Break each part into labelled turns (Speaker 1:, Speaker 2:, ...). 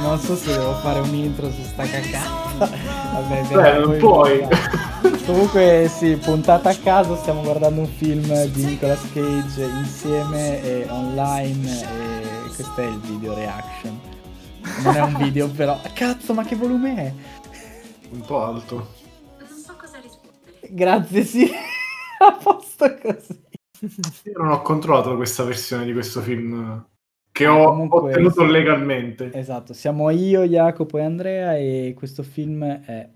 Speaker 1: Non so se devo fare un intro su sta cacata. Vabbè,
Speaker 2: Beh,
Speaker 1: voi
Speaker 2: non puoi.
Speaker 1: Comunque sì, puntata a caso, stiamo guardando un film di Nicolas Cage insieme e online e questo è il video reaction. Non è un video però. Cazzo, ma che volume è?
Speaker 2: Un po' alto.
Speaker 3: Non so cosa rispondere.
Speaker 1: Grazie, sì. A posto così.
Speaker 2: Io non ho controllato questa versione di questo film che ho
Speaker 1: Eh, Comunque-
Speaker 2: ottenuto legalmente.
Speaker 1: Esatto, siamo io, Jacopo e Andrea e questo film è...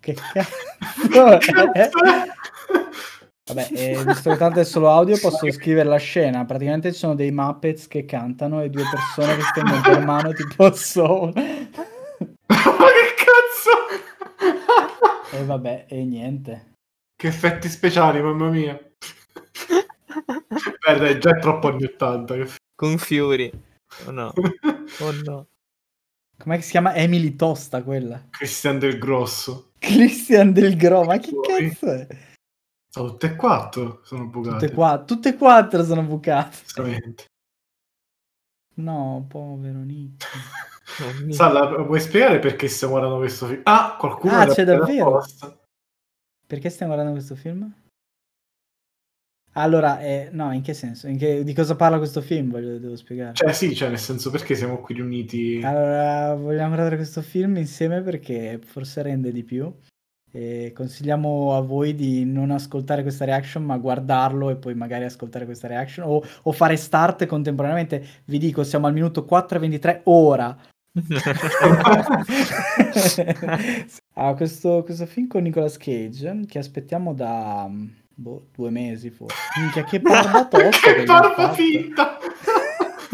Speaker 1: Che cazzo è? Vabbè, eh, visto che tanto è solo audio, posso scrivere la scena. Praticamente ci sono dei Muppets che cantano e due persone che stanno per mano tipo soul.
Speaker 2: Ma che cazzo?
Speaker 1: E vabbè, e niente.
Speaker 2: che effetti speciali, mamma mia. Beh, dai, già è troppo anni 80. che f-
Speaker 4: Con Fury. Oh no, oh no.
Speaker 1: Com'è che si chiama? Emily Tosta quella.
Speaker 2: Christian del Grosso.
Speaker 1: Christian del Gro, ma che cazzo è?
Speaker 2: Sono tutte e quattro sono bucate.
Speaker 1: Tutte, qua- tutte e quattro sono bucate.
Speaker 2: Esattamente.
Speaker 1: No, povero Nick.
Speaker 4: Oh mio.
Speaker 2: Salla, vuoi spiegare perché stiamo guardando questo film? Ah, qualcuno
Speaker 1: Ah,
Speaker 2: l'ha
Speaker 1: c'è
Speaker 2: fatto
Speaker 1: davvero?
Speaker 2: apposta.
Speaker 1: Perché stiamo guardando questo film? Allora, eh, no, in che senso? In che- di cosa parla questo film? Voglio, devo spiegare.
Speaker 2: Cioè, sì, cioè, nel senso, perché siamo qui riuniti?
Speaker 1: Allora, vogliamo guardare questo film insieme perché forse rende di più. E consigliamo a voi di non ascoltare questa reaction, ma guardarlo e poi magari ascoltare questa reaction o, o fare start contemporaneamente. Vi dico, siamo al minuto 4.23 ora. ah, questo, questo film con Nicolas Cage che aspettiamo da boh, due mesi forse. Minchia, che barba tosta! che
Speaker 2: che
Speaker 1: gli ha
Speaker 2: barba
Speaker 1: fatto.
Speaker 2: finta!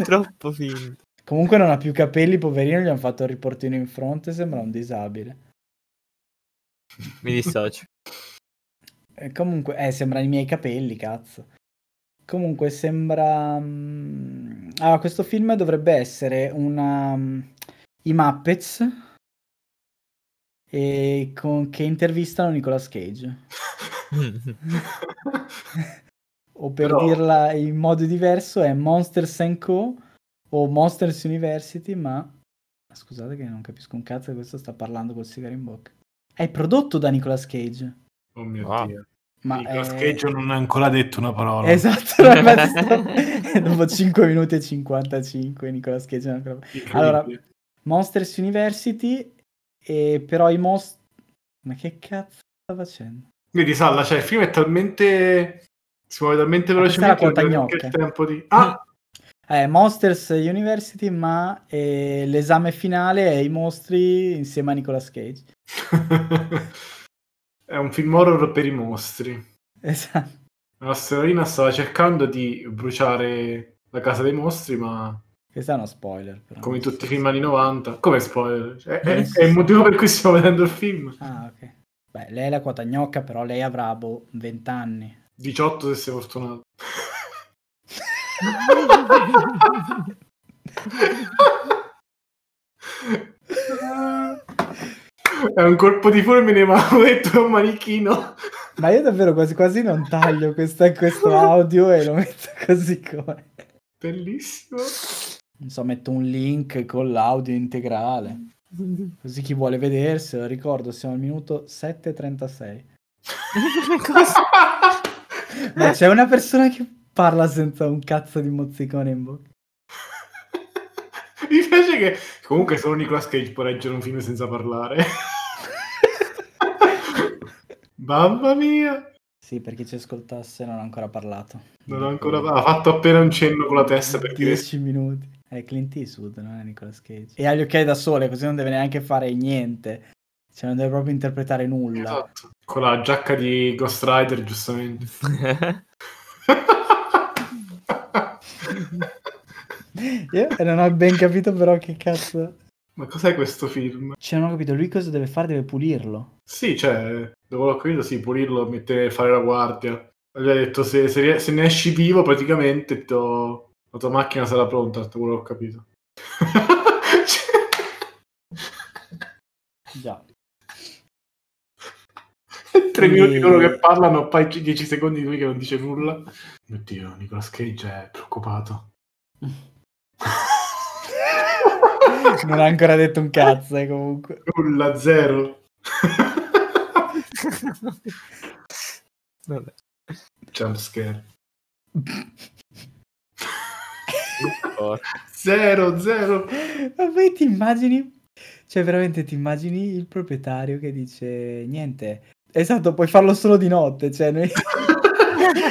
Speaker 4: Troppo finto.
Speaker 1: Comunque non ha più capelli, poverino, gli hanno fatto il riportino in fronte, sembra un disabile.
Speaker 4: Mi dissocio.
Speaker 1: E comunque, eh, sembra i miei capelli, cazzo. Comunque sembra... mm, Allora, questo film dovrebbe essere una... mm, I Muppets e con... che intervistano Nicolas Cage. O per
Speaker 2: Però-
Speaker 1: dirla in modo diverso è Monsters and Co. o Monsters University, ma... Scusate che non capisco un cazzo che questo sta parlando col sigaro in bocca. È prodotto da Nicolas Cage.
Speaker 2: Oh mio
Speaker 4: Ah.
Speaker 2: dio.
Speaker 1: Ma
Speaker 2: Nicolas
Speaker 1: è-
Speaker 2: Cage non ha ancora detto una parola.
Speaker 1: Esatto, no, infatti sto- dopo 5 minuti e 55 Nicolas Cage non ha ancora
Speaker 2: Incredibile.
Speaker 1: Allora, Monsters University e però i most Ma che cazzo sta facendo?
Speaker 2: Vedi, Salla, cioè, il film è talmente... Si muove talmente
Speaker 1: Ma questa è la
Speaker 2: velocemente che non
Speaker 1: contagnocca.
Speaker 2: c'è il tempo di... Ah,
Speaker 1: Eh, Monsters University, ma eh, l'esame finale è i mostri insieme a Nicolas Cage.
Speaker 2: è un film horror per i mostri.
Speaker 1: Esatto.
Speaker 2: La signorina stava cercando di bruciare la casa dei mostri, ma
Speaker 1: Questo è uno spoiler, però.
Speaker 2: come tutti i film anni 90... Come spoiler? È, è-
Speaker 1: Eh, sì,
Speaker 2: è il
Speaker 1: sì.
Speaker 2: motivo per cui stiamo vedendo il film.
Speaker 1: Ah, ok. Beh, lei è la quota gnocca, però lei avrà boh, 20 anni.
Speaker 2: 18 se sei fortunato. È un colpo di fulmine, ma ho detto è un manichino.
Speaker 1: Ma io davvero quasi quasi non taglio questa- questo audio e lo metto così come.
Speaker 2: Bellissimo.
Speaker 1: Non so, metto un link con l'audio integrale. Così chi vuole vederselo, ricordo, siamo al minuto 7.36. Ma c'è una persona che parla senza un cazzo di mozzicone in bocca.
Speaker 2: Mi piace che comunque solo Nicolas Cage può leggere un film senza parlare. Mamma mia.
Speaker 1: Sì, per chi ci ascoltasse non ha ancora parlato.
Speaker 2: Non ho ancora ha fatto appena un cenno con la testa per dire
Speaker 1: 10 minuti. È Clint Eastwood, non è Nicolas Cage. E ha gli occhiali da sole, così non deve neanche fare niente. Cioè, non deve proprio interpretare nulla.
Speaker 2: Esatto. Con la giacca di Ghost Rider, giustamente.
Speaker 1: Io non ho ben capito però che cazzo...
Speaker 2: Ma cos'è questo film?
Speaker 1: Cioè, non ho capito, lui cosa deve fare? Deve pulirlo.
Speaker 2: Sì, cioè, dopo l'ho capito, sì, pulirlo, mettere, fare la guardia. Gli ha detto, se, se rie- se ne esci vivo, praticamente, ti do- la tua macchina sarà pronta, da quello che ho capito.
Speaker 1: Già.
Speaker 2: Cioè, Tre
Speaker 1: Quindi-
Speaker 2: minuti di loro che parlano, poi c- dieci secondi di lui che non dice nulla. Mio Dio, Nicolas Cage è preoccupato.
Speaker 1: non ha ancora detto un cazzo, eh, comunque.
Speaker 2: Nulla, zero.
Speaker 4: Vabbè.
Speaker 2: Jump scare.
Speaker 4: Porca.
Speaker 2: Zero, zero.
Speaker 1: Ma poi ti immagini? Cioè, veramente ti immagini il proprietario che dice niente. Esatto, puoi farlo solo di notte, cioè noi...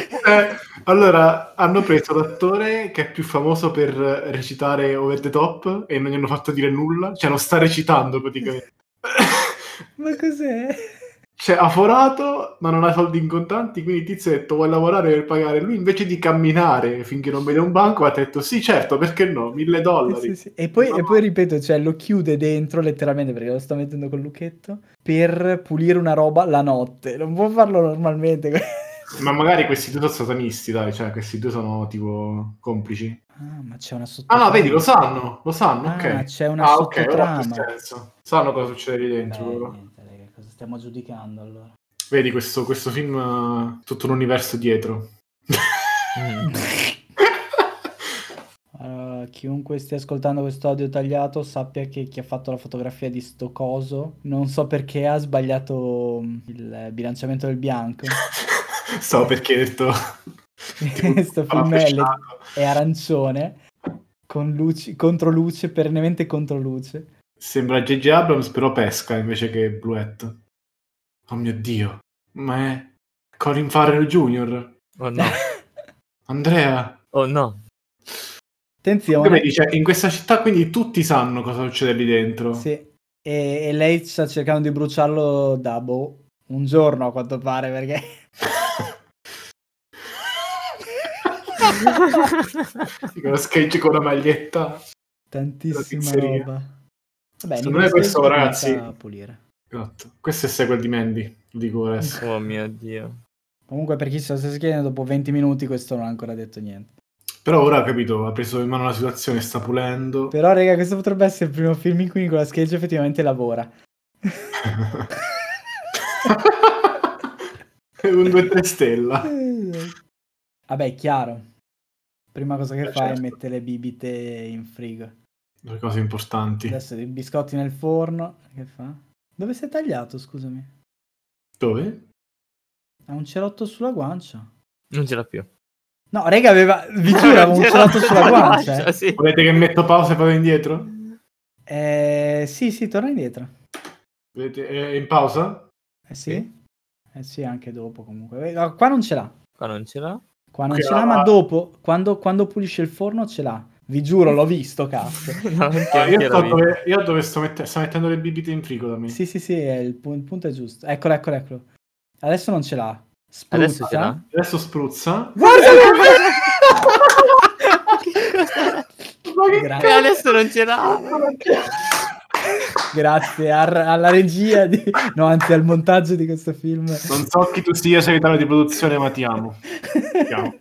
Speaker 2: Eh, allora, hanno preso l'attore che è più famoso per recitare over the top e non gli hanno fatto dire nulla. Cioè, non sta recitando praticamente.
Speaker 1: Ma cos'è?
Speaker 2: Cioè, ha forato, ma non ha soldi in contanti, quindi il tizio ha detto vuoi lavorare per pagare. Lui invece di camminare finché non vede un banco ha detto sì, certo, perché no, mille dollari.
Speaker 1: Sì, sì. E, poi, e
Speaker 2: Ah.
Speaker 1: poi ripeto, cioè lo chiude dentro letteralmente perché lo sta mettendo col lucchetto per pulire una roba la notte. Non può farlo normalmente.
Speaker 2: Ma magari questi due sono satanisti, dai, cioè questi due sono tipo complici.
Speaker 1: Ah, ma c'è una sottotrama.
Speaker 2: Ah no, vedi, lo sanno, lo sanno,
Speaker 1: Ah,
Speaker 2: ok.
Speaker 1: c'è una
Speaker 2: Ah, ok, ora
Speaker 1: sottotrama.
Speaker 2: ha
Speaker 1: Eh,
Speaker 2: più senso. Sanno cosa succede lì
Speaker 1: Beh,
Speaker 2: dentro. loro.
Speaker 1: niente, raga, cosa stiamo giudicando allora?
Speaker 2: Vedi questo, questo film, ha tutto un universo dietro.
Speaker 4: Mm.
Speaker 1: Allora, chiunque stia ascoltando questo audio tagliato sappia che chi ha fatto la fotografia di sto coso non so perché ha sbagliato mm, il bilanciamento del bianco.
Speaker 2: so perché ho detto...
Speaker 1: Questo film è, le- è arancione con luci, contro luce, perennemente contro luce.
Speaker 2: Sembra J.J. Abrams, però pesca invece che Bluette. Oh mio Dio. Ma è Colin Farrell Jr.
Speaker 4: Oh no,
Speaker 2: Andrea.
Speaker 4: oh no.
Speaker 2: Come
Speaker 1: Attenzione,
Speaker 2: dice, in questa città quindi tutti sanno cosa succede lì dentro.
Speaker 1: sì. e, e lei sta cercando di bruciarlo da boh, un giorno a quanto pare perché
Speaker 2: Lo sketch con la maglietta.
Speaker 1: tantissima
Speaker 2: pizzeria.
Speaker 1: roba. Vabbè,
Speaker 2: Secondo me
Speaker 1: Nicolas
Speaker 2: questo,
Speaker 1: Cage
Speaker 2: ragazzi-
Speaker 1: comincia a pulire.
Speaker 2: Esatto. Questo è il sequel di Mandy, lo dico adesso.
Speaker 4: Oh mio dio.
Speaker 1: Comunque, per chi se lo stesse chiedendo, dopo 20 minuti questo non ha ancora detto niente.
Speaker 2: Però ora ho capito, ha preso in mano la situazione, sta pulendo.
Speaker 1: Però, raga, questo potrebbe essere il primo film in cui Nicolas Cage effettivamente lavora.
Speaker 2: un 2 3 stella.
Speaker 1: Vabbè, chiaro. Prima cosa che
Speaker 2: Eh,
Speaker 1: fai è
Speaker 2: certo.
Speaker 1: mette le bibite in frigo.
Speaker 2: Due cose importanti.
Speaker 1: Adesso i biscotti nel forno. Che fa? Dove si è tagliato, scusami?
Speaker 2: Dove?
Speaker 1: Ha un cerotto sulla guancia.
Speaker 4: Non ce l'ha più.
Speaker 1: No, raga, aveva... Vi giuro, aveva un cerotto sulla guancia. eh.
Speaker 4: sì.
Speaker 2: Volete che metto pausa e vado indietro?
Speaker 1: Eh, sì, sì, torna indietro.
Speaker 2: Volete- è in pausa?
Speaker 1: Eh sì? Eh sì, anche dopo comunque. Eh, no, Qua non ce l'ha.
Speaker 4: Qua non ce l'ha.
Speaker 1: Qua non
Speaker 2: Qui
Speaker 1: ce l'ha,
Speaker 2: la-
Speaker 1: ma dopo, quando, quando pulisce il forno, ce l'ha. Vi giuro, l'ho visto, cazzo.
Speaker 4: No, anche,
Speaker 2: Ah,
Speaker 4: anche
Speaker 2: io,
Speaker 4: la
Speaker 2: sto
Speaker 4: vita.
Speaker 2: dove, io dove sto, mette- sto mettendo le bibite in frigo
Speaker 4: Mm.
Speaker 2: da me.
Speaker 1: Sì, sì, sì, è il, pu- il punto è giusto. Eccolo, eccolo, eccolo. Adesso non ce l'ha. Spruzza.
Speaker 4: Adesso ce l'ha.
Speaker 2: Adesso spruzza.
Speaker 1: Guarda
Speaker 4: E
Speaker 1: Grazie,
Speaker 4: adesso non ce l'ha.
Speaker 1: grazie ar- alla regia, di- no, anzi al montaggio di questo film.
Speaker 2: Non so chi tu sia segretario di produzione, ma ti amo. Chiamo.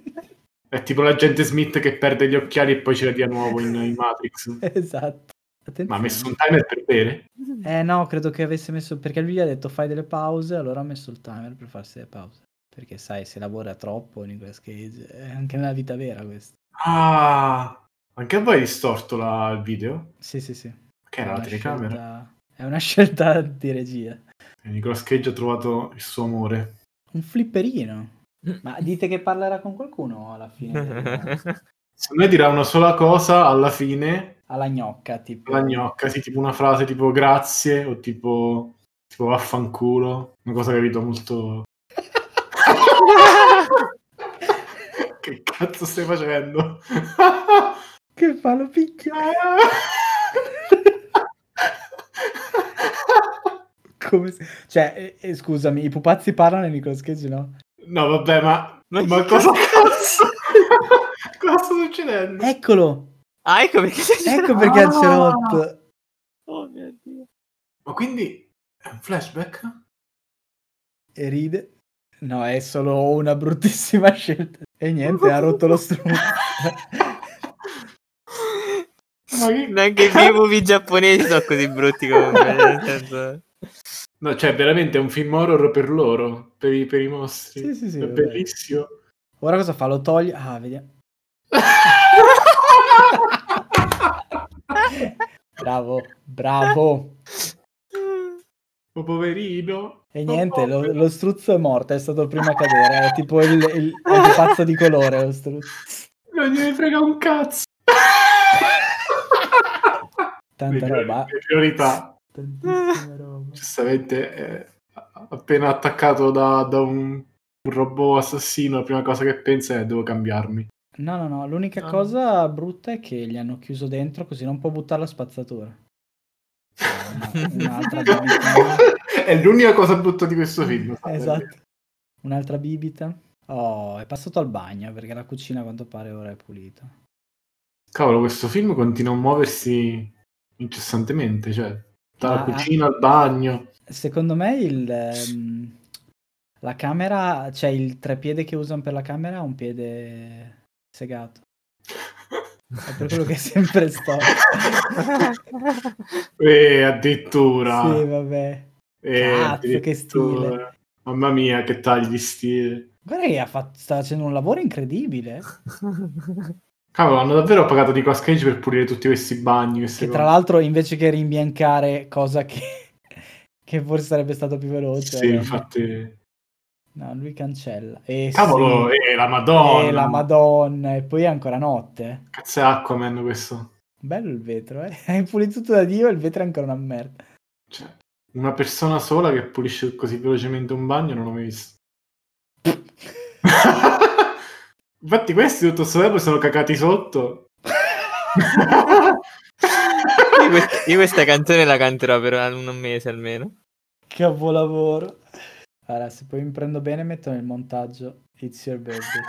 Speaker 2: È tipo l'agente Smith che perde gli occhiali e poi ce li dia nuovo in, in Matrix.
Speaker 1: esatto. Attenzione.
Speaker 2: Ma ha messo un timer per bere?
Speaker 1: Eh no, credo che avesse messo perché lui gli ha detto fai delle pause, allora ha messo il timer per farsi le pause. Perché sai, se lavora troppo Nicolas Cage, è anche nella vita vera questo.
Speaker 2: Ah, anche a voi è distorto la- il video?
Speaker 1: Sì, sì, sì.
Speaker 2: Che era
Speaker 1: È
Speaker 2: la
Speaker 1: una
Speaker 2: telecamera?
Speaker 1: scelta- È una scelta di regia.
Speaker 2: E Nicolas Cage ha trovato il suo amore.
Speaker 1: Un flipperino. Ma dite che parlerà con qualcuno alla fine?
Speaker 2: Se noi dirà una sola cosa alla fine,
Speaker 1: alla gnocca, tipo.
Speaker 2: la gnocca, sì, tipo una frase tipo grazie o tipo, tipo vaffanculo, una cosa che capito molto... che cazzo stai facendo?
Speaker 1: Che fa, lo picchia. Come se- Cioè, eh, eh, scusami, i pupazzi parlano e Nicolas Cage no?
Speaker 2: no, vabbè, ma...
Speaker 4: Ma
Speaker 2: Ma
Speaker 4: che
Speaker 2: cosa cazzo? cosa sta succedendo?
Speaker 1: Eccolo!
Speaker 4: Ah, ecco perché ce l'ha.
Speaker 1: Ecco perché ha il cerotto.
Speaker 4: Oh mio dio.
Speaker 2: Ma quindi è un flashback?
Speaker 1: E ride. No, è solo una bruttissima scelta. E niente, ha rotto lo strumento.
Speaker 2: Ma che-
Speaker 4: Neanche i primi movie giapponesi sono così brutti comunque. nel senso-
Speaker 2: No, cioè, veramente è un film horror per loro, per i, per i mostri.
Speaker 1: Sì, sì, sì,
Speaker 2: è
Speaker 1: vabbè.
Speaker 2: bellissimo.
Speaker 1: Ora cosa fa? Lo toglie. Ah, vediamo. Bravo, bravo.
Speaker 2: Oh, poverino.
Speaker 1: E niente, lo, lo struzzo è morto, è stato il primo a cadere. È tipo il, il, è il pazzo di colore lo struzzo.
Speaker 2: Non gliene frega un cazzo.
Speaker 1: Tanta
Speaker 2: Le
Speaker 1: roba.
Speaker 2: priori- le priorità.
Speaker 1: Tantissima roba.
Speaker 2: Giustamente, eh, appena attaccato da, da un, un robot assassino, la prima cosa che pensa è devo cambiarmi.
Speaker 1: No, no, no, l'unica
Speaker 2: No.
Speaker 1: cosa brutta è che gli hanno chiuso dentro così non può buttare la spazzatura. Una- Un'altra bibita.
Speaker 2: è l'unica cosa brutta di questo film. sapete.
Speaker 1: Esatto. Un'altra bibita. Oh, è passato al bagno perché la cucina a quanto pare ora è pulita.
Speaker 2: Cavolo, questo film continua a muoversi incessantemente, cioè dalla
Speaker 1: Ah.
Speaker 2: cucina al bagno.
Speaker 1: Secondo me il, ehm, la camera, cioè il trepiede che usano per la camera ha un piede segato. È per quello che è sempre stato.
Speaker 2: E addirittura.
Speaker 1: Sì, vabbè.
Speaker 2: Eh,
Speaker 1: Cazzo, che
Speaker 2: addirittura.
Speaker 1: stile.
Speaker 2: Mamma mia, che tagli di stile.
Speaker 1: Guarda che ha fatto- sta facendo un lavoro incredibile.
Speaker 2: Cavolo, hanno davvero pagato di qua Cage per pulire tutti questi bagni. queste
Speaker 1: Che tra
Speaker 2: cose.
Speaker 1: l'altro invece che rimbiancare, cosa che, che forse sarebbe stato più veloce.
Speaker 2: Sì, infatti.
Speaker 1: No, lui cancella. E
Speaker 2: Cavolo,
Speaker 1: eh, sì,
Speaker 2: eh, la Madonna.
Speaker 1: e la Madonna. E poi è ancora notte.
Speaker 2: Cazzo è Aquaman questo.
Speaker 1: Bello il vetro, eh. Hai pulito tutto da Dio e il vetro è ancora una merda.
Speaker 2: Cioè, una persona sola che pulisce così velocemente un bagno non l'ho mai visto. Infatti questi tutto questo tempo sono cacati sotto.
Speaker 4: Io, que- io questa canzone la canterò per un un mese almeno.
Speaker 1: Capolavoro. Allora, se poi mi prendo bene, metto nel montaggio It's Your Birthday.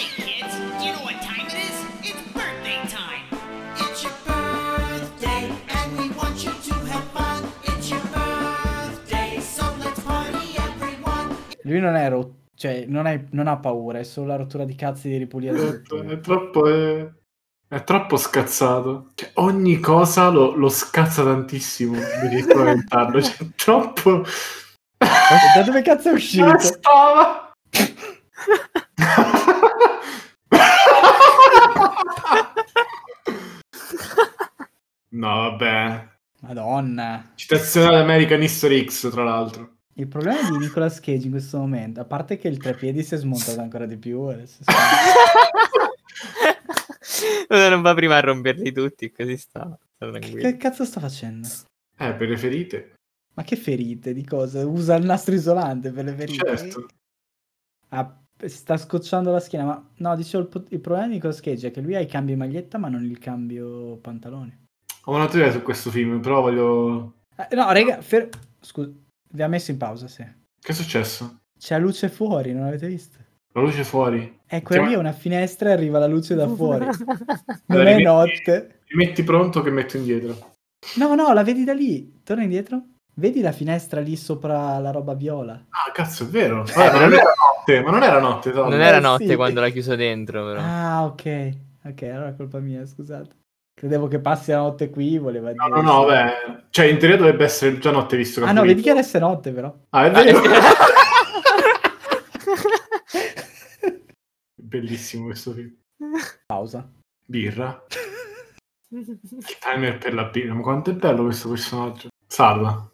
Speaker 5: Kids, do you know what time it is? It's birthday time. It's your birthday, and we want you to have fun. It's your birthday, so let's party, everyone.
Speaker 1: Lui non è rotto. Cioè, non, è- non ha paura, è solo la rottura di cazzi di ripulire tutto.
Speaker 2: è troppo... È, è troppo scazzato. Cioè, ogni cosa lo, lo scazza tantissimo. Mi riesco a inventarlo. Cioè, troppo...
Speaker 1: Da dove cazzo è
Speaker 2: Dove
Speaker 1: uscito?
Speaker 2: stava? no, vabbè.
Speaker 1: Madonna.
Speaker 2: Citazione ad American History X, tra l'altro.
Speaker 1: Il problema di Nicolas Cage in questo momento, a parte che il trepiedi si è smontato ancora di più, adesso si-
Speaker 4: Ora non va prima a romperli tutti, così sta. sta tranquillo.
Speaker 1: che cazzo sta facendo?
Speaker 2: Eh, per le ferite.
Speaker 1: Ma che ferite di cosa? Usa il nastro isolante per le ferite?
Speaker 2: Certo.
Speaker 1: Ah, sta scocciando la schiena, ma no, dicevo il, po- il problema di Nicolas Cage è che lui ha il cambio maglietta ma non il cambio pantalone.
Speaker 2: Ho una teoria su questo film, però voglio...
Speaker 1: Eh, no, raga, fer- scusa, vi ha messo in pausa, sì.
Speaker 2: Che è successo?
Speaker 1: C'è luce fuori, non l'avete visto?
Speaker 2: La luce fuori.
Speaker 1: Eh, quella lì è una finestra e arriva la luce da fuori. Non
Speaker 2: Allora,
Speaker 1: è
Speaker 2: rimetti-
Speaker 1: notte.
Speaker 2: Mi metti pronto che metto indietro.
Speaker 1: No, no, la vedi da lì. Torna indietro. Vedi la finestra lì sopra la roba viola?
Speaker 2: Ah, cazzo, è vero. Vabbè, ma non era notte, ma non era notte, Tom.
Speaker 4: Non era
Speaker 1: Eh,
Speaker 4: notte
Speaker 1: sì.
Speaker 4: quando l'ha chiuso dentro, però.
Speaker 1: Ah, ok. Ok, allora è colpa mia, scusate. Credevo che passi la notte qui, voleva dire...
Speaker 2: No, no, no, vabbè. Cioè, in teoria dovrebbe essere già notte, visto che...
Speaker 1: Ah
Speaker 2: ha
Speaker 1: no,
Speaker 2: pulito.
Speaker 1: vedi che adesso è notte però.
Speaker 2: Ah, è vero.
Speaker 1: Pausa.
Speaker 2: Bellissimo questo film. Birra. Il timer per la birra. Ma quanto è bello questo personaggio. Salva.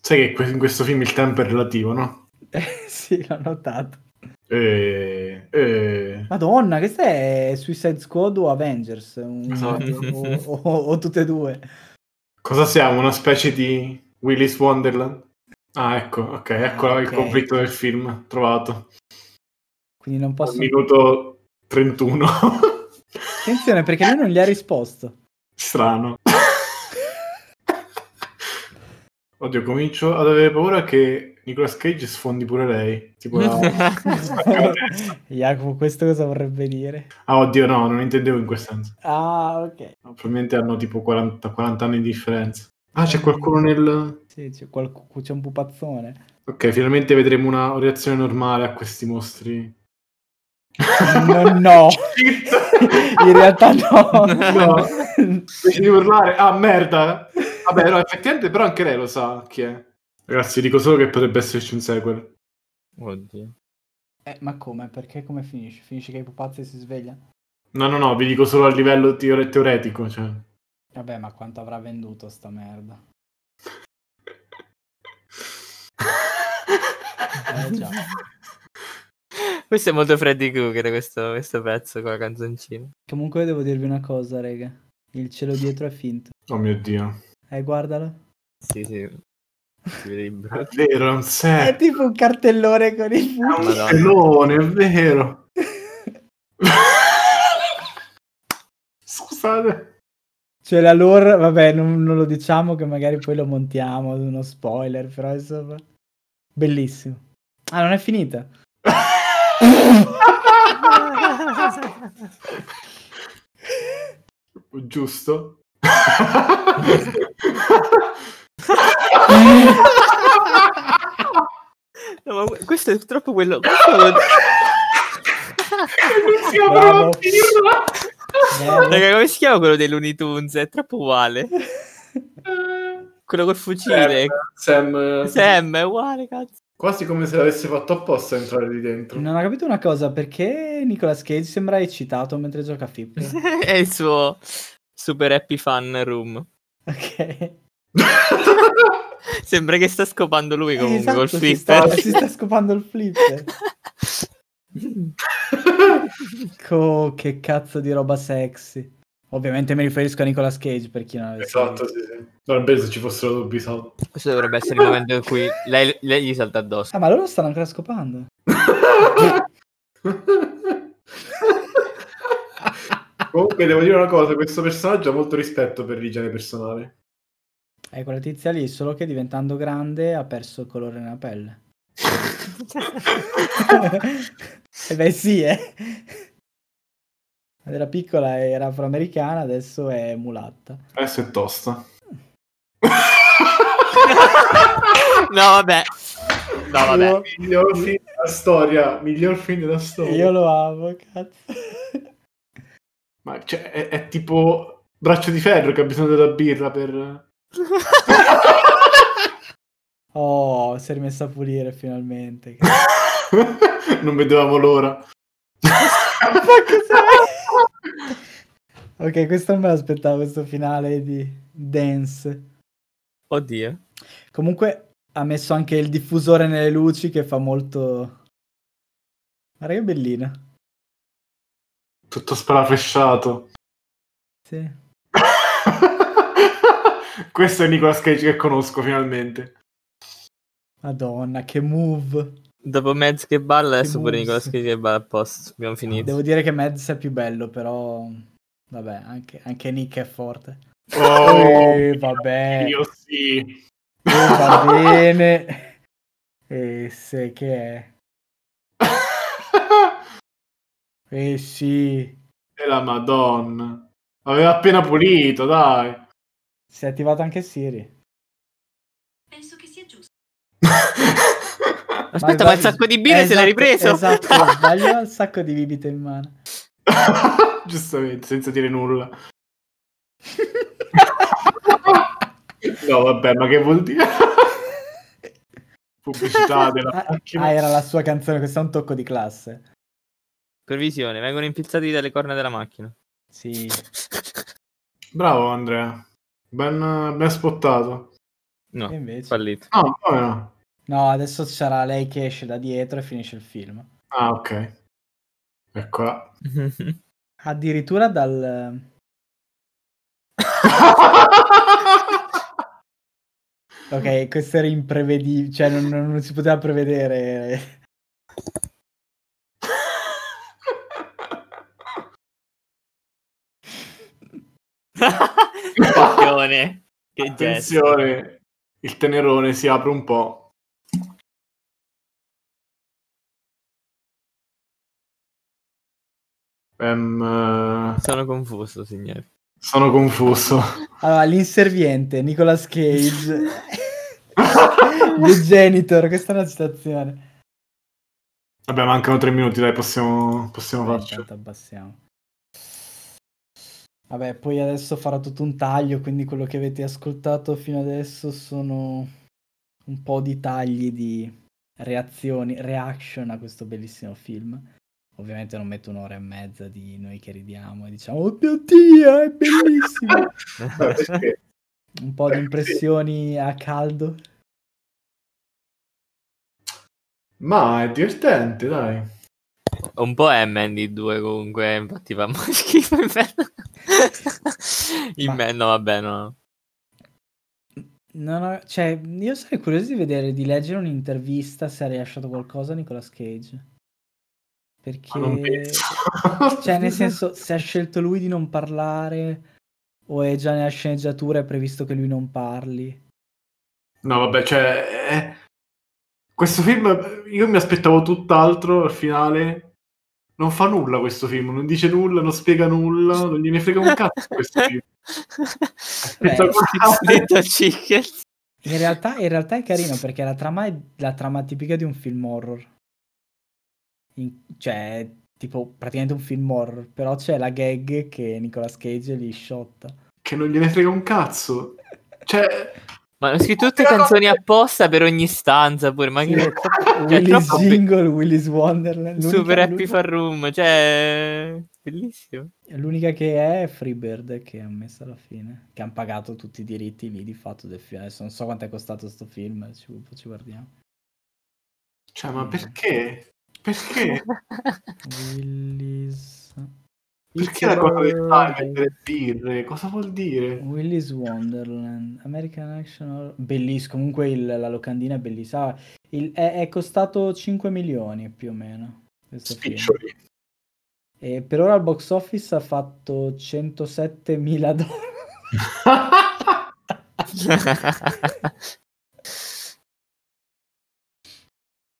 Speaker 2: Sai che que- in questo film il tempo è relativo, no?
Speaker 1: Eh, sì, l'ho notato.
Speaker 2: E... e-
Speaker 1: Madonna, questa è Suicide Squad o Avengers? Un-
Speaker 2: Esatto.
Speaker 1: o, o- o tutte e due.
Speaker 2: Cosa siamo? Una specie di Willis Wonderland? Ah, ecco, ok, ecco
Speaker 1: Ah,
Speaker 2: il
Speaker 1: ok.
Speaker 2: conflitto del film trovato.
Speaker 1: Quindi non
Speaker 2: Al
Speaker 1: posso...
Speaker 2: minuto 31.
Speaker 1: Attenzione perché lui non gli ha risposto.
Speaker 2: Strano. Oddio, comincio ad avere paura che Nicolas Cage sfondi pure lei. Tipo la-
Speaker 1: Jacopo, questo cosa vorrebbe dire?
Speaker 2: Ah, oddio, no, non intendevo in quel senso.
Speaker 1: Ah, ok.
Speaker 2: No, probabilmente hanno tipo 40, 40 anni di differenza. Ah, c'è qualcuno nel...
Speaker 1: Sì, c'è, qualc- c'è un pupazzone.
Speaker 2: Ok, finalmente vedremo una reazione normale a questi mostri.
Speaker 1: No, no. In realtà no.
Speaker 2: No. Invece di urlare, ah, merda! Vabbè, no, effettivamente però anche lei lo sa chi è. Ragazzi, dico solo che potrebbe esserci un sequel.
Speaker 4: Oddio.
Speaker 1: Eh, ma come? Perché come finisce? Finisce che i pupazzi si sveglia?
Speaker 2: No, no, no, vi dico solo a livello teore- teoretico, cioè...
Speaker 1: Vabbè, ma quanto avrà venduto sta merda? Eh già.
Speaker 4: Questo è molto Freddy Krueger, questo, questo pezzo con la canzoncina.
Speaker 1: Comunque devo dirvi una cosa, raga. Il cielo dietro è finto.
Speaker 2: Oh mio dio.
Speaker 1: Eh, guardalo.
Speaker 4: Sì, sì. Si vede il
Speaker 2: È
Speaker 4: brutto.
Speaker 2: vero, non
Speaker 1: È
Speaker 2: sei.
Speaker 1: tipo un cartellone con i
Speaker 2: È un
Speaker 1: buchi.
Speaker 4: Madonna.
Speaker 2: stellone, è vero. Scusate.
Speaker 1: Cioè la lore, vabbè, non, non lo diciamo che magari poi lo montiamo, uno spoiler, però insomma... Bellissimo. Ah, non è finita.
Speaker 2: Giusto.
Speaker 4: No, ma que- questo è troppo quello... questo è quello-
Speaker 1: Bravo.
Speaker 4: Raga, come si chiama quello dei Looney Tunes? È troppo uguale. Quello col
Speaker 2: Eh,
Speaker 4: fucile.
Speaker 2: Sam,
Speaker 4: Sam, è uguale, cazzo.
Speaker 2: quasi come se l'avesse fatto apposta a entrare lì dentro.
Speaker 1: Non ho capito una cosa, perché Nicolas Cage sembra eccitato mentre gioca a Fip?
Speaker 4: È il suo super happy fun room.
Speaker 1: Ok.
Speaker 4: Sembra che sta scopando lui comunque
Speaker 1: Esatto,
Speaker 4: col
Speaker 1: si sta,
Speaker 4: flipper.
Speaker 1: si sta scopando il flipper. Co- Ecco, che cazzo di roba sexy. Ovviamente mi riferisco a Nicolas Cage per chi non avesse
Speaker 2: Esatto, sì, sì. Non penso ci fossero dubbi, salvo.
Speaker 4: Questo dovrebbe essere il momento in cui lei, lei gli salta addosso.
Speaker 1: Ah, ma loro stanno ancora scopando.
Speaker 2: Comunque devo dire una cosa, questo personaggio ha molto rispetto per l'igiene personale.
Speaker 1: E Eh, quella tizia lì, solo che diventando grande ha perso il colore nella pelle. e beh sì, eh. Quando Era piccola, era afroamericana, adesso è mulatta.
Speaker 2: Adesso è tosta.
Speaker 4: No, vabbè. No, vabbè.
Speaker 2: Miglior, miglior film della storia, miglior film della storia.
Speaker 1: Io lo amo, cazzo.
Speaker 2: Ma cioè, è, è tipo braccio di ferro che ha bisogno della birra per...
Speaker 1: Oh, si è rimessa a pulire finalmente.
Speaker 2: non vedevamo l'ora.
Speaker 1: ok, questo non me l'aspettavo, questo finale di Dance.
Speaker 4: Oddio.
Speaker 1: Comunque ha messo anche il diffusore nelle luci che fa molto... Guarda che bellina.
Speaker 2: Tutto sparafresciato.
Speaker 1: Sì.
Speaker 2: Questo è Nicolas Cage che conosco finalmente.
Speaker 1: Madonna, che move.
Speaker 4: Dopo Mez che balla, adesso pure
Speaker 1: mosse.
Speaker 4: Nicolas Cage che balla a posto. Abbiamo finito.
Speaker 1: Devo dire che Mads è più bello, però... Vabbè, anche, anche Nick è forte. Eh, vabbè.
Speaker 2: Io sì.
Speaker 1: Eh, va bene. E se che è? Eh sì.
Speaker 2: E la Madonna. Aveva appena pulito, dai.
Speaker 1: Si è attivata anche Siri.
Speaker 3: Penso che sia giusto.
Speaker 4: Aspetta,
Speaker 1: Ma-
Speaker 4: ma il sacco di birra se
Speaker 1: Esatto,
Speaker 4: l'ha ripreso?
Speaker 1: Esatto, sbaglio il sacco di bibite in mano.
Speaker 2: Giustamente, senza dire nulla. No, vabbè, ma che vuol dire? Pubblicità
Speaker 1: Ah,
Speaker 2: della macchina.
Speaker 1: ah, era la sua canzone, questo è un tocco di classe.
Speaker 4: Per visione, vengono impizzati dalle corna della macchina.
Speaker 1: Sì.
Speaker 2: Bravo Andrea. Ben, ben spottato.
Speaker 1: E
Speaker 4: No,
Speaker 1: invece-
Speaker 4: fallito.
Speaker 2: No, come no?
Speaker 1: No, adesso c'era lei che esce da dietro e finisce il film.
Speaker 2: Ah, ok. Ecco Eccola.
Speaker 1: Addirittura dal... eh, Ok, questo era imprevedibile, cioè non, non- non si poteva prevedere.
Speaker 4: Attenzione. Che gesto.
Speaker 2: Attenzione, il tenerone si apre un po'. Ehm, eh,
Speaker 4: Sono confuso, signori.
Speaker 2: sono confuso.
Speaker 1: Allora, l'inserviente, Nicolas Cage, The Janitor, questa è una citazione.
Speaker 2: Vabbè, mancano tre minuti, dai, possiamo, possiamo
Speaker 1: Vabbè,
Speaker 2: farcela.
Speaker 1: intanto abbassiamo. Vabbè, poi adesso farò tutto un taglio, quindi quello che avete ascoltato fino adesso sono un po' di tagli di reazioni, reaction a questo bellissimo film. Ovviamente non metto un'ora e mezza di noi che ridiamo e diciamo, oh mio Dio, è bellissimo.
Speaker 2: No, perché?
Speaker 1: certo. Un po' di impressioni a caldo.
Speaker 2: Ma è divertente, dai.
Speaker 4: Un po' è MND2 comunque, infatti fa molto schifo in me. In
Speaker 1: Ma-
Speaker 4: me, no, vabbè, no.
Speaker 1: Non ho- cioè, io sarei curioso di vedere, di leggere un'intervista se ha rilasciato qualcosa a Nicolas Cage. Perché...
Speaker 2: Ma non penso.
Speaker 1: Cioè, nel senso, se ha scelto lui di non parlare o è già nella sceneggiatura è previsto che lui non parli.
Speaker 2: No, vabbè, cioè... eh, Questo film, io mi aspettavo tutt'altro al finale. Non fa nulla questo film, non dice nulla, non spiega nulla, non gliene frega un cazzo questo film.
Speaker 1: Beh,
Speaker 4: Little Chicken.
Speaker 1: in, realtà, in realtà è carino perché la trama è la trama tipica di un film horror. In- cioè, è tipo, praticamente un film horror, però c'è la gag che Nicolas Cage li sciotta.
Speaker 2: Che non gliene frega un cazzo. Cioè,
Speaker 4: Ma hanno scritto tutte canzoni apposta per ogni stanza pure, ma che
Speaker 1: Willy's
Speaker 4: troppo be-
Speaker 1: Jingle, Willy's Wonderland. l'unica-
Speaker 4: super happy
Speaker 1: l'unica-
Speaker 4: far room, cioè bellissimo.
Speaker 1: L'unica che è Freebird che hanno messo alla fine, che hanno pagato tutti i diritti lì di fatto del film. Adesso non so quanto è costato sto film, ci, ci guardiamo.
Speaker 2: cioè, ma perché? Perché?
Speaker 1: Willy's...
Speaker 2: Perché la cosa del fare mettere birre? Cosa vuol dire?
Speaker 1: Willy's Wonderland, American Action Horror- Bellissimo, comunque il- la locandina è bellissima. Ah, il- è, è costato 5 milioni più o meno. questo film.
Speaker 2: Spiccioli.
Speaker 1: E per ora al box office ha fatto 107 mila dollari.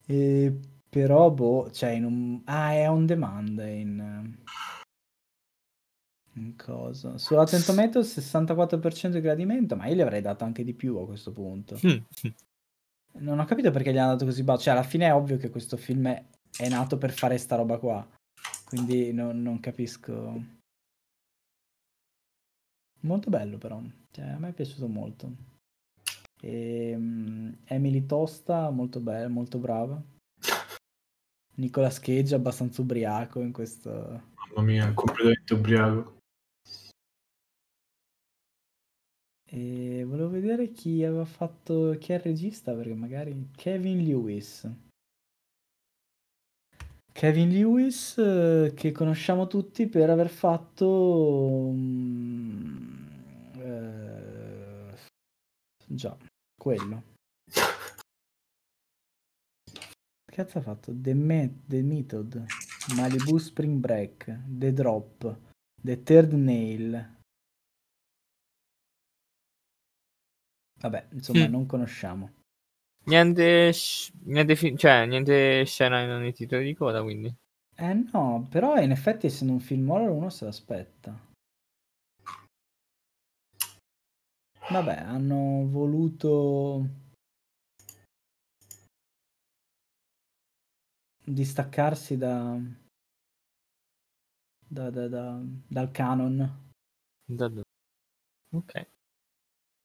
Speaker 1: E però, boh, cioè, in un... ah, è on demand è in, in cosa? Su Rotten Tomatoes 64% di gradimento, ma io gli avrei dato anche di più a questo punto. Non ho capito perché gli hanno dato così basso. Cioè, alla fine è ovvio che questo film è, è nato per fare sta roba qua. Quindi non, non capisco. Molto bello, però. Cioè, a me è piaciuto molto. Ehm, Emily Tosta, molto bella, molto brava. Nicolas Cage, abbastanza ubriaco in questo.
Speaker 2: Mamma mia, completamente ubriaco.
Speaker 1: E volevo vedere chi aveva fatto. chi è il regista, perché magari. Kevin Lewis. Kevin Lewis, eh, che conosciamo tutti per aver fatto. mm, eh, già, quello. Che cazzo ha fatto? The, Me- The Method, Malibu Spring Break, The Drop, The Third Nail, Vabbè, insomma,
Speaker 4: Mm.
Speaker 1: non conosciamo.
Speaker 4: niente, sc- niente fi- cioè, niente scena in ogni titolo di coda, quindi.
Speaker 1: Eh no, però in effetti essendo un film horror uno se l'aspetta. Vabbè, hanno voluto distaccarsi da, da- da- da- dal canon.
Speaker 4: Da- da- Ok.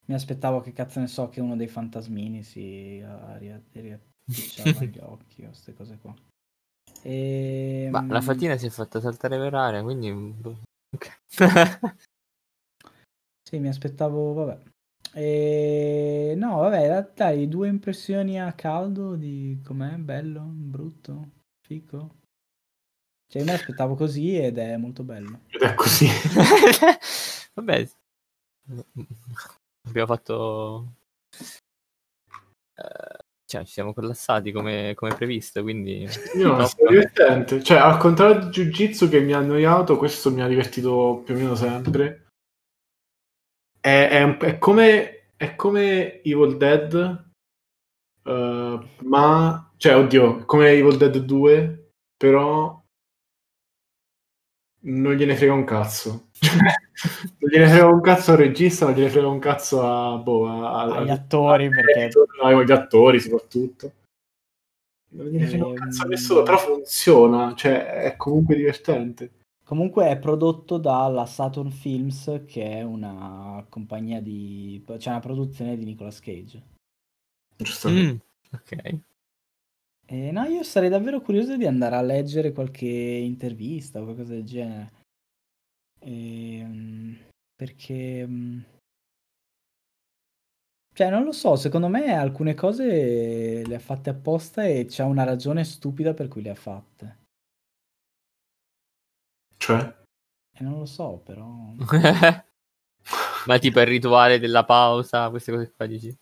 Speaker 1: Mi aspettavo che cazzo ne so che uno dei fantasmini si ah, riatticciava gli occhi o queste cose qua. E,
Speaker 4: Ma la
Speaker 1: mm,
Speaker 4: fatina si è fatta saltare per aria, quindi boh. Ok.
Speaker 1: Sì, mi aspettavo, vabbè. E... No, vabbè, in realtà i due impressioni a caldo di com'è, bello, brutto, fico. Cioè, io me l'aspettavo così ed è molto bello.
Speaker 2: Ed è così.
Speaker 4: Vabbè. sì. Abbiamo fatto... eh, Cioè, ci siamo collassati come, come previsto, quindi...
Speaker 2: Io no, è stato divertente. Cioè, al contrario di Jiu-Jitsu che mi ha annoiato, questo mi ha divertito più o meno sempre. È, è un- è come, è come Evil Dead, eh, ma... Cioè, oddio, come Evil Dead 2, però non gliene frega un cazzo. Cioè, non gliene frega un cazzo al regista, non gliene frega un cazzo a... Boh, a- a-
Speaker 1: Agli attori, perché
Speaker 2: No, gli attori soprattutto. Non gliene frega un
Speaker 1: Ehm.
Speaker 2: cazzo a nessuno, però funziona, cioè è comunque divertente.
Speaker 1: comunque è prodotto dalla Saturn Films, che è una compagnia di... cioè una produzione di Nicolas Cage.
Speaker 2: Giustamente.
Speaker 4: Mm, ok.
Speaker 1: Eh, no, io sarei davvero curioso di andare a leggere qualche intervista o qualcosa del genere. Ehm, perché... mm, Cioè, non lo so, secondo me alcune cose le ha fatte apposta e c'è una ragione stupida per cui le ha fatte. Mm.
Speaker 2: Cioè,
Speaker 1: E non lo so, però...
Speaker 4: Ma tipo il rituale della pausa, queste cose qua dici.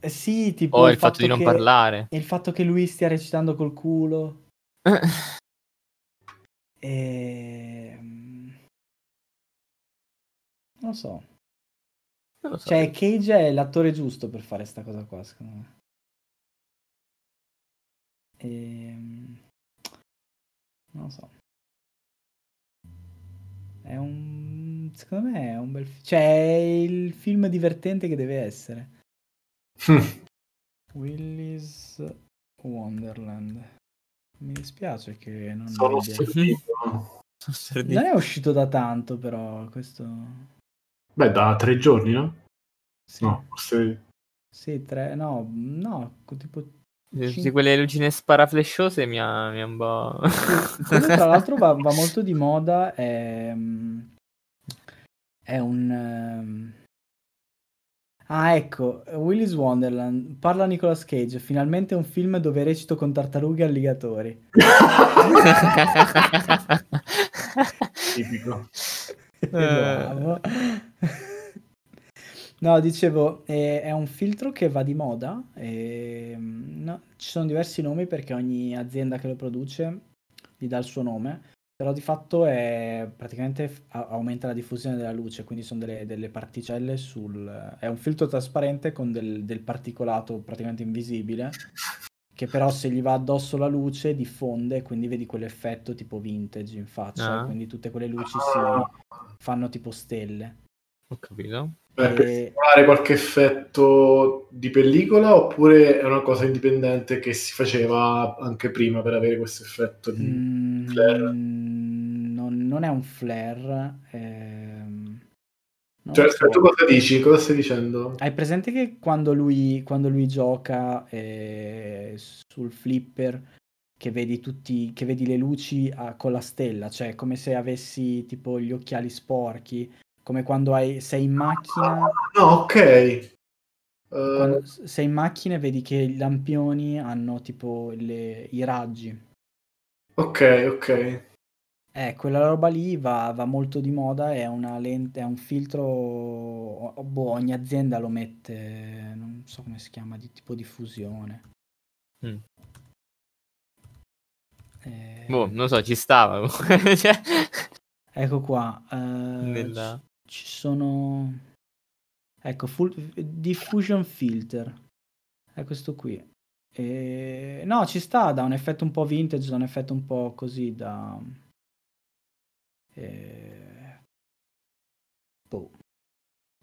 Speaker 1: Eh, Sì, tipo...
Speaker 4: O il fatto di non
Speaker 1: che-
Speaker 4: parlare.
Speaker 1: E il fatto che lui stia recitando col culo. E... Ehm, Non lo so.
Speaker 4: Non lo so.
Speaker 1: Cioè, Cage è l'attore giusto per fare sta cosa qua, secondo me. Ehm, Non lo so. È un... Secondo me è un bel film. Cioè, è il film divertente che deve essere. Willy's Wonderland. Mi dispiace che non...
Speaker 2: sono
Speaker 1: abbia-
Speaker 2: stupito.
Speaker 4: Sono stordito.
Speaker 1: Non è uscito da tanto, però, questo...
Speaker 2: Beh, da tre giorni, no?
Speaker 1: Sì.
Speaker 2: No, forse...
Speaker 1: Sì, tre... No, no, tipo
Speaker 4: Di quelle lucine sparaflesciose mi ha, mi ha un po'...
Speaker 1: Quello, tra l'altro va, va molto di moda è, mm, è un ehm, ah ecco Willy's Wonderland parla Nicolas Cage finalmente un film dove recito con tartarughe e alligatori
Speaker 2: Tipico.
Speaker 1: Bravo. no dicevo è, è un filtro che va di moda ehm, no, ci sono diversi nomi perché ogni azienda che lo produce gli dà il suo nome però di fatto è praticamente f- a- aumenta la diffusione della luce, quindi sono delle, delle particelle sul... è un filtro trasparente con del, del particolato praticamente invisibile, che però se gli va addosso la luce diffonde, quindi vedi quell'effetto tipo vintage in faccia,
Speaker 4: Ah.
Speaker 1: quindi tutte quelle luci
Speaker 2: Ah.
Speaker 1: si fanno tipo stelle.
Speaker 4: Ho capito.
Speaker 2: Beh, per
Speaker 1: E-
Speaker 2: fare qualche effetto di pellicola oppure è una cosa indipendente che si faceva anche prima per avere questo effetto di...
Speaker 1: Mm,
Speaker 2: Flare.
Speaker 1: non, non è un flare. ehm, non
Speaker 2: Cioè,
Speaker 1: lo so.
Speaker 2: aspetta, tu cosa dici? Cosa stai dicendo?
Speaker 1: Hai presente che quando lui, quando lui gioca eh, sul flipper che vedi, tutti, che vedi le luci a- con la stella, cioè come se avessi tipo gli occhiali sporchi, come quando hai- sei in macchina,
Speaker 2: No, ok. Eh,
Speaker 1: Ah. quando s- sei in macchina e vedi che i lampioni hanno tipo le- i raggi.
Speaker 2: ok, ok.
Speaker 1: Eh, quella roba lì va, va molto di moda, è una lente, è un filtro, o- boh, ogni azienda lo mette, non so come si chiama, di tipo diffusione.
Speaker 4: Mm.
Speaker 1: Eh,
Speaker 4: Boh, non lo so, ci stava. comunque. Cioè,
Speaker 1: Ecco qua, eh,
Speaker 4: nella-
Speaker 1: ci ci sono, ecco, full- diffusion filter, è questo qui. Eh, no, ci sta, da un effetto un po' vintage, da un effetto un po' così, da... eh, boh,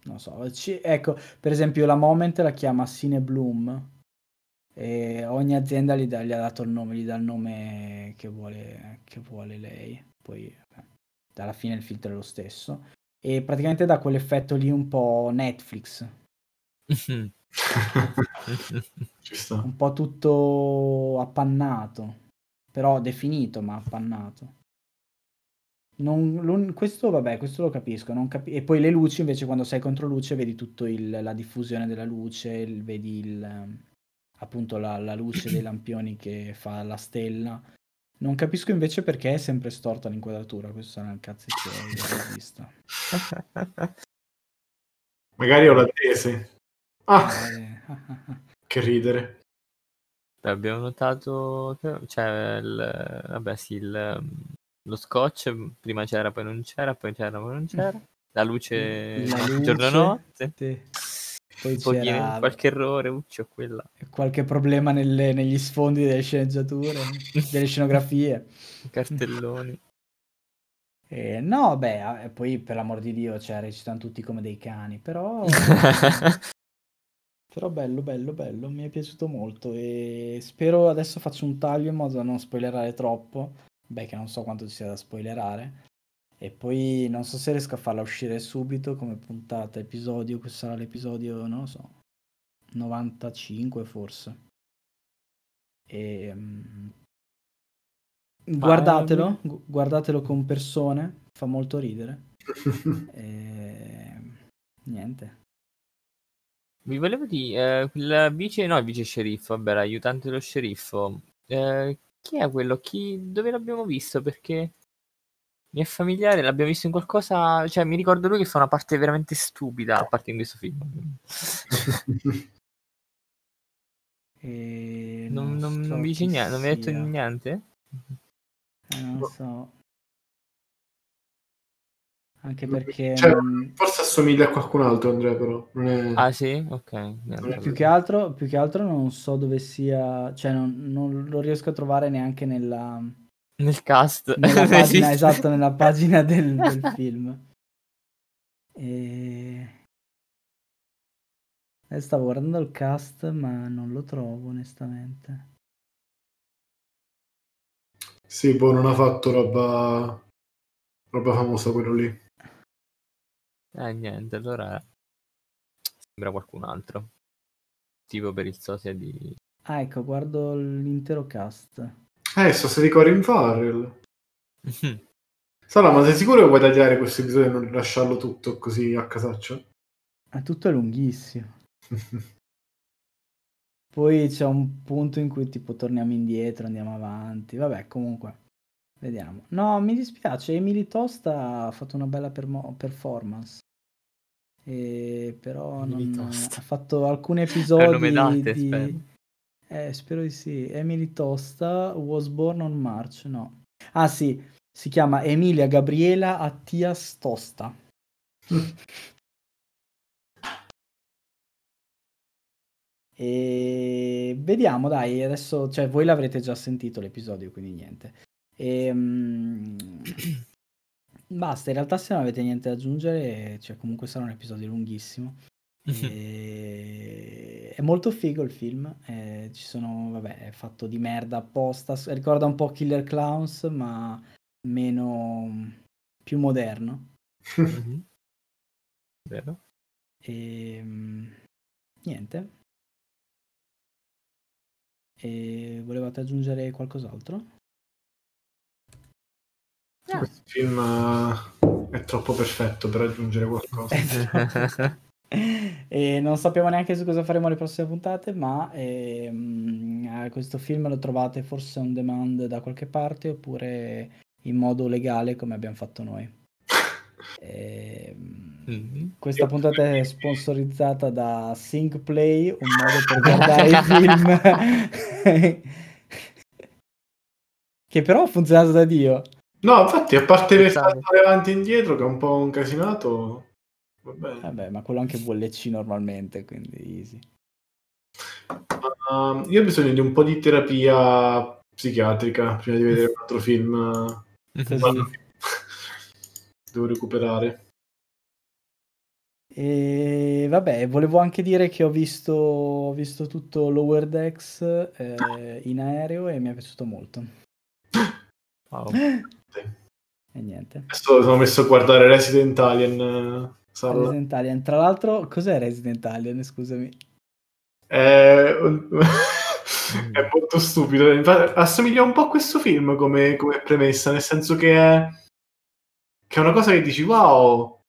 Speaker 1: non so, ci- ecco, per esempio la Moment la chiama Cine Bloom e ogni azienda gli, dà- gli ha dato il nome, gli dà il nome che vuole, che vuole lei, poi vabbè, alla fine il filtro è lo stesso e praticamente dà quell'effetto lì un po' Netflix,
Speaker 2: Ci sta.
Speaker 1: un po' tutto appannato, però definito ma appannato. Non- l'un- questo vabbè, questo lo capisco. non capi- e poi le luci invece quando sei contro luce vedi tutta la diffusione della luce, il- vedi il, ehm, appunto la, la luce dei lampioni che fa la stella. Non capisco invece perché è sempre storta l'inquadratura, questo sarà un cazzetto del regista.
Speaker 2: Magari ho la tesi. Ah,
Speaker 1: Eh, ah, ah, ah.
Speaker 2: che ridere.
Speaker 4: Abbiamo notato... che- Cioè, il... vabbè sì, il... lo scotch prima c'era, poi non c'era, poi c'era, poi non c'era. La luce,
Speaker 1: Mm. La luce.
Speaker 4: giorno notte.
Speaker 1: Sì. Poi
Speaker 4: Un pochino,
Speaker 1: c'era
Speaker 4: qualche errore, uccio quella.
Speaker 1: qualche problema nelle- negli sfondi delle sceneggiature, delle scenografie.
Speaker 4: Cartelloni.
Speaker 1: Eh, no, beh, ah, e poi per l'amor di Dio, cioè, recitano tutti come dei cani, però... però bello, bello, bello, mi è piaciuto molto e spero adesso faccio un taglio in modo da non spoilerare troppo, beh che non so quanto ci sia da spoilerare. E poi non so se riesco a farla uscire subito come puntata, episodio, questo sarà l'episodio, non lo so, 95 forse. E, mm, guardatelo, gu- guardatelo con persone, fa molto ridere. E, niente.
Speaker 4: Vi volevo dire, eh, il vice, no, il vice sceriffo, vabbè, l'aiutante dello sceriffo. eh, chi è quello? Chi, dove l'abbiamo visto? Perché mi è familiare, l'abbiamo visto in qualcosa, cioè mi ricordo lui che fa una parte veramente stupida, a parte in questo film.
Speaker 1: Eh, E
Speaker 4: Non, non,
Speaker 1: so
Speaker 4: non vi dice
Speaker 1: chi
Speaker 4: niente, Boh. non vi ha detto
Speaker 1: sia.
Speaker 4: niente?
Speaker 1: Eh, non so. Anche perché
Speaker 2: Cioè,
Speaker 1: mm,
Speaker 2: Forse assomiglia a qualcun altro, Andrea, però. Non è...
Speaker 4: Ah sì? Ok. niente,
Speaker 1: più,
Speaker 4: allora.
Speaker 1: che altro, più che altro non so dove sia, cioè non, non lo riesco a trovare neanche nella,
Speaker 4: Nel cast.
Speaker 1: nella
Speaker 4: non
Speaker 1: pagina,
Speaker 4: esiste.
Speaker 1: esatto, nella pagina del, del film. E... Eh, Stavo guardando il cast, ma non lo trovo onestamente.
Speaker 2: Sì, boh, non ha fatto roba... roba famosa quello lì.
Speaker 4: Eh niente, allora sembra qualcun altro. Tipo per il sosia di...
Speaker 1: Ah, ecco, guardo l'intero cast.
Speaker 2: Eh, so se di Corin Farrell.
Speaker 4: Mhm.
Speaker 2: Sara, ma sei sicuro che vuoi tagliare questo episodio e non lasciarlo tutto così a casaccio?
Speaker 1: Ma tutto è lunghissimo. Poi c'è un punto in cui tipo torniamo indietro, andiamo avanti. Vabbè, comunque, vediamo. No, mi dispiace, Emily Tosta ha fatto una bella permo- performance. E però
Speaker 4: Emily
Speaker 1: non-
Speaker 4: Tosta.
Speaker 1: ha fatto alcuni
Speaker 4: È un
Speaker 1: episodi
Speaker 4: nome d'arte,
Speaker 1: di...
Speaker 4: spero.
Speaker 1: Eh, spero di sì. Emily Tosta was born on March, no. Ah sì, si chiama Emilia Gabriela Attias Tosta. E vediamo, dai, adesso, cioè voi l'avrete già sentito l'episodio, quindi niente. Ehm, basta, in realtà se non avete niente da aggiungere, cioè comunque sarà un episodio lunghissimo. E- È molto figo il film, eh, ci sono, vabbè, è fatto di merda apposta, s- ricorda un po' Killer Clowns, ma meno, più moderno.
Speaker 4: Mhm. Vero?
Speaker 1: E ehm, niente. E volevate aggiungere qualcos'altro?
Speaker 2: Questo film eh, è troppo perfetto per aggiungere qualcosa.
Speaker 1: E non sappiamo neanche su cosa faremo le prossime puntate, ma ehm, eh, questo film lo trovate forse on demand da qualche parte oppure in modo legale come abbiamo fatto noi. Ehm,
Speaker 4: Mhm.
Speaker 1: Questa puntata è sponsorizzata da Sync Play, un modo per guardare i film che però ha funzionato da Dio.
Speaker 2: No, infatti, a parte per
Speaker 4: Pensavo.
Speaker 2: saltare avanti e indietro, che è un po' un casinato, va bene.
Speaker 1: Vabbè, ma quello anche VLC normalmente, quindi easy.
Speaker 2: Ma, Ehm, io ho bisogno di un po' di terapia psichiatrica prima di vedere un altro film. eh,
Speaker 1: Così.
Speaker 2: Devo recuperare.
Speaker 1: E vabbè, volevo anche dire che ho visto, ho visto tutto Lower Decks eh, in aereo e mi è piaciuto molto.
Speaker 2: Oh.
Speaker 4: Wow.
Speaker 1: E niente.
Speaker 2: Adesso sono messo a guardare Resident Alien. eh, Salla.
Speaker 1: Resident Alien, tra l'altro, cos'è Resident Alien? Scusami.
Speaker 2: È... è molto stupido. Infatti, assomiglia un po' a questo film come, come premessa, nel senso che è... che è una cosa che dici wow,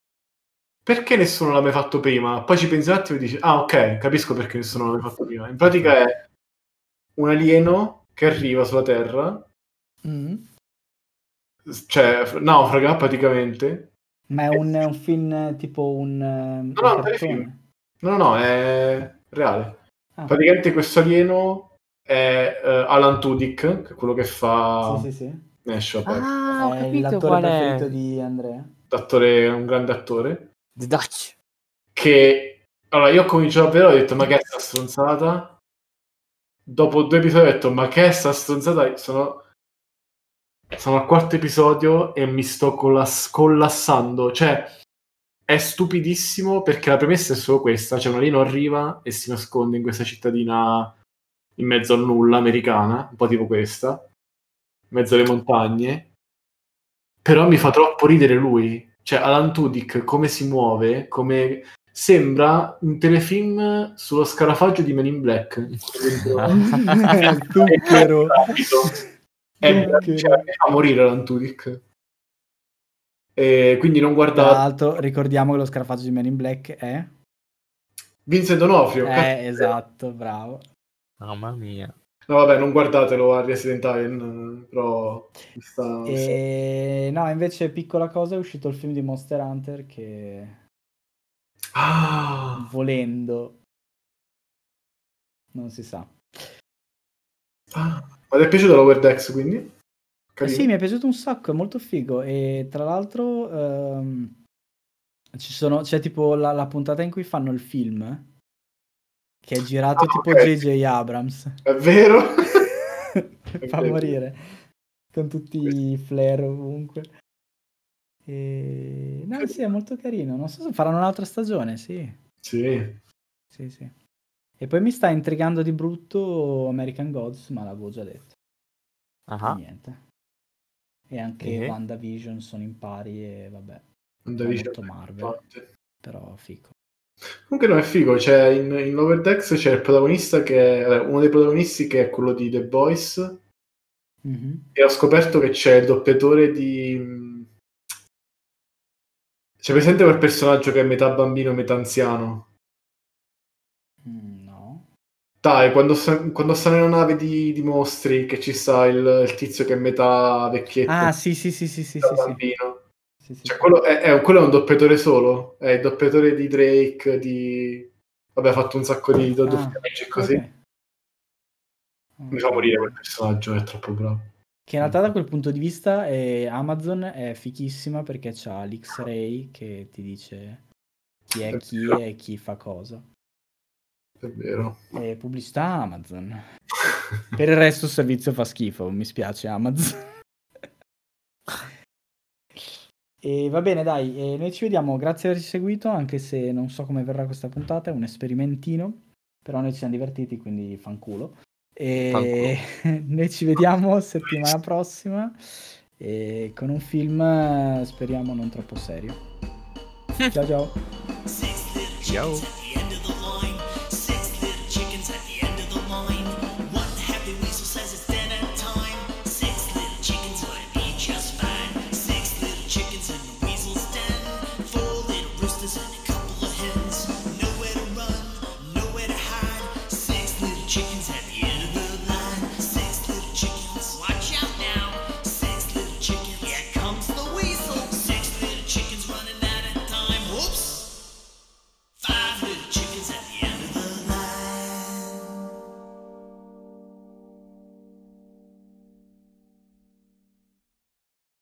Speaker 2: perché nessuno l'ha mai fatto prima? Poi ci pensi un attimo e dici ah ok, capisco perché nessuno l'ha mai fatto prima. In pratica è un alieno che arriva sulla Terra,
Speaker 1: Mm.
Speaker 2: cioè f- naufraga praticamente.
Speaker 1: Ma è un, è un film eh, tipo un, eh, un
Speaker 2: no, un
Speaker 1: cartone?
Speaker 2: telefilm. No, no, no, è reale.
Speaker 1: Ah,
Speaker 2: Praticamente questo alieno è eh, Alan Tudyk, che è quello che fa... eh.
Speaker 1: sì, sì, sì.
Speaker 2: Nash, vabbè,
Speaker 4: Ah, ho
Speaker 1: è
Speaker 4: capito
Speaker 1: Eh, l'attore
Speaker 4: qual
Speaker 1: preferito
Speaker 4: è.
Speaker 1: di Andrea.
Speaker 2: attore- un grande attore,
Speaker 4: The Dutch.
Speaker 2: che allora io ho cominciato a vedere, ho detto ma che è sta stronzata? Dopo due episodi ho detto ma che è sta stronzata? Sono, sono al quarto episodio e mi sto colla- collassando, cioè è stupidissimo perché la premessa è solo questa, cioè un alieno arriva e si nasconde in questa cittadina in mezzo al nulla americana, un po' tipo questa, in mezzo alle montagne. Però mi fa troppo ridere lui. Cioè, Alan Tudyk, come si muove, come... Sembra un telefilm sullo scarafaggio di Men in Black.
Speaker 1: Zucchero.
Speaker 2: Esatto. è
Speaker 1: Ok.
Speaker 2: cioè, mi fa morire l'Antudic. E quindi non
Speaker 1: Tra
Speaker 2: guardate
Speaker 1: l'altro ricordiamo che lo scarafaggio di Men in Black è...
Speaker 2: Vincent D'Onofrio.
Speaker 1: Eh, esatto, bravo.
Speaker 4: Mamma mia.
Speaker 2: No, vabbè, non guardatelo a Resident Evil, però mi sta-
Speaker 1: Eh. E... No, invece piccola cosa, è uscito il film di Monster Hunter che
Speaker 2: Ah,
Speaker 1: volendo non si sa.
Speaker 2: ah. Ma ti è piaciuto l'Overdex, quindi?
Speaker 1: Eh
Speaker 2: Carino.
Speaker 1: sì, mi è piaciuto un sacco, è molto figo. E tra l'altro ehm, ci sono, c'è tipo la, la puntata in cui fanno il film che è girato
Speaker 2: Ah,
Speaker 1: tipo
Speaker 2: ok.
Speaker 1: JJ Abrams.
Speaker 2: È vero?
Speaker 1: Fa morire con tutti i flare ovunque. E...
Speaker 2: Cioè
Speaker 1: No, sì, è molto carino. Non so se faranno un'altra stagione, sì.
Speaker 2: sì.
Speaker 1: Sì, sì. E poi mi sta intrigando di brutto American Gods, ma l'avevo già detto.
Speaker 4: Ah,
Speaker 1: Niente. E anche
Speaker 4: Eh.
Speaker 1: WandaVision sono in pari e vabbè,
Speaker 2: Non
Speaker 1: è
Speaker 2: devi certo
Speaker 1: molto Marvel, però fico.
Speaker 2: Comunque no, è figo, cioè in, in Overdex c'è il protagonista che vabbè, uno dei protagonisti che è quello di The Boys
Speaker 1: Mhm.
Speaker 2: e ho scoperto che c'è il doppiatore di mm, c'è presente quel personaggio che è metà bambino e metà anziano.
Speaker 1: Mm, No.
Speaker 2: Dai, quando, sta- quando sta nella nave di, di mostri che ci sta il, il tizio che è metà vecchietto,
Speaker 1: Ah, sì, sì, sì, sì, sì,
Speaker 2: metà
Speaker 1: sì, sì.
Speaker 2: bambino.
Speaker 1: Sì, sì,
Speaker 2: Cioè,
Speaker 1: sì.
Speaker 2: quello è, è- quello è un doppiatore solo, è il doppiatore di Drake, di... Vabbè, ha fatto un sacco di
Speaker 1: Ah,
Speaker 2: doppiaggi e così.
Speaker 1: ok.
Speaker 2: Mi fa morire quel personaggio, è troppo bravo.
Speaker 1: Che in realtà da quel punto di vista eh, Amazon è fichissima perché c'ha l'X-Ray che ti dice chi è chi e chi fa cosa.
Speaker 2: È vero.
Speaker 1: Eh, pubblicità Amazon. Per il resto il servizio fa schifo, mi spiace Amazon. E va bene, dai, eh, noi ci vediamo, grazie di averci seguito, anche se non so come verrà questa puntata, è un sperimentino, però noi ci siamo divertiti, quindi fanculo. E noi ci vediamo settimana prossima eh, con un film, eh, speriamo non troppo serio. Ciao ciao.
Speaker 4: ciao.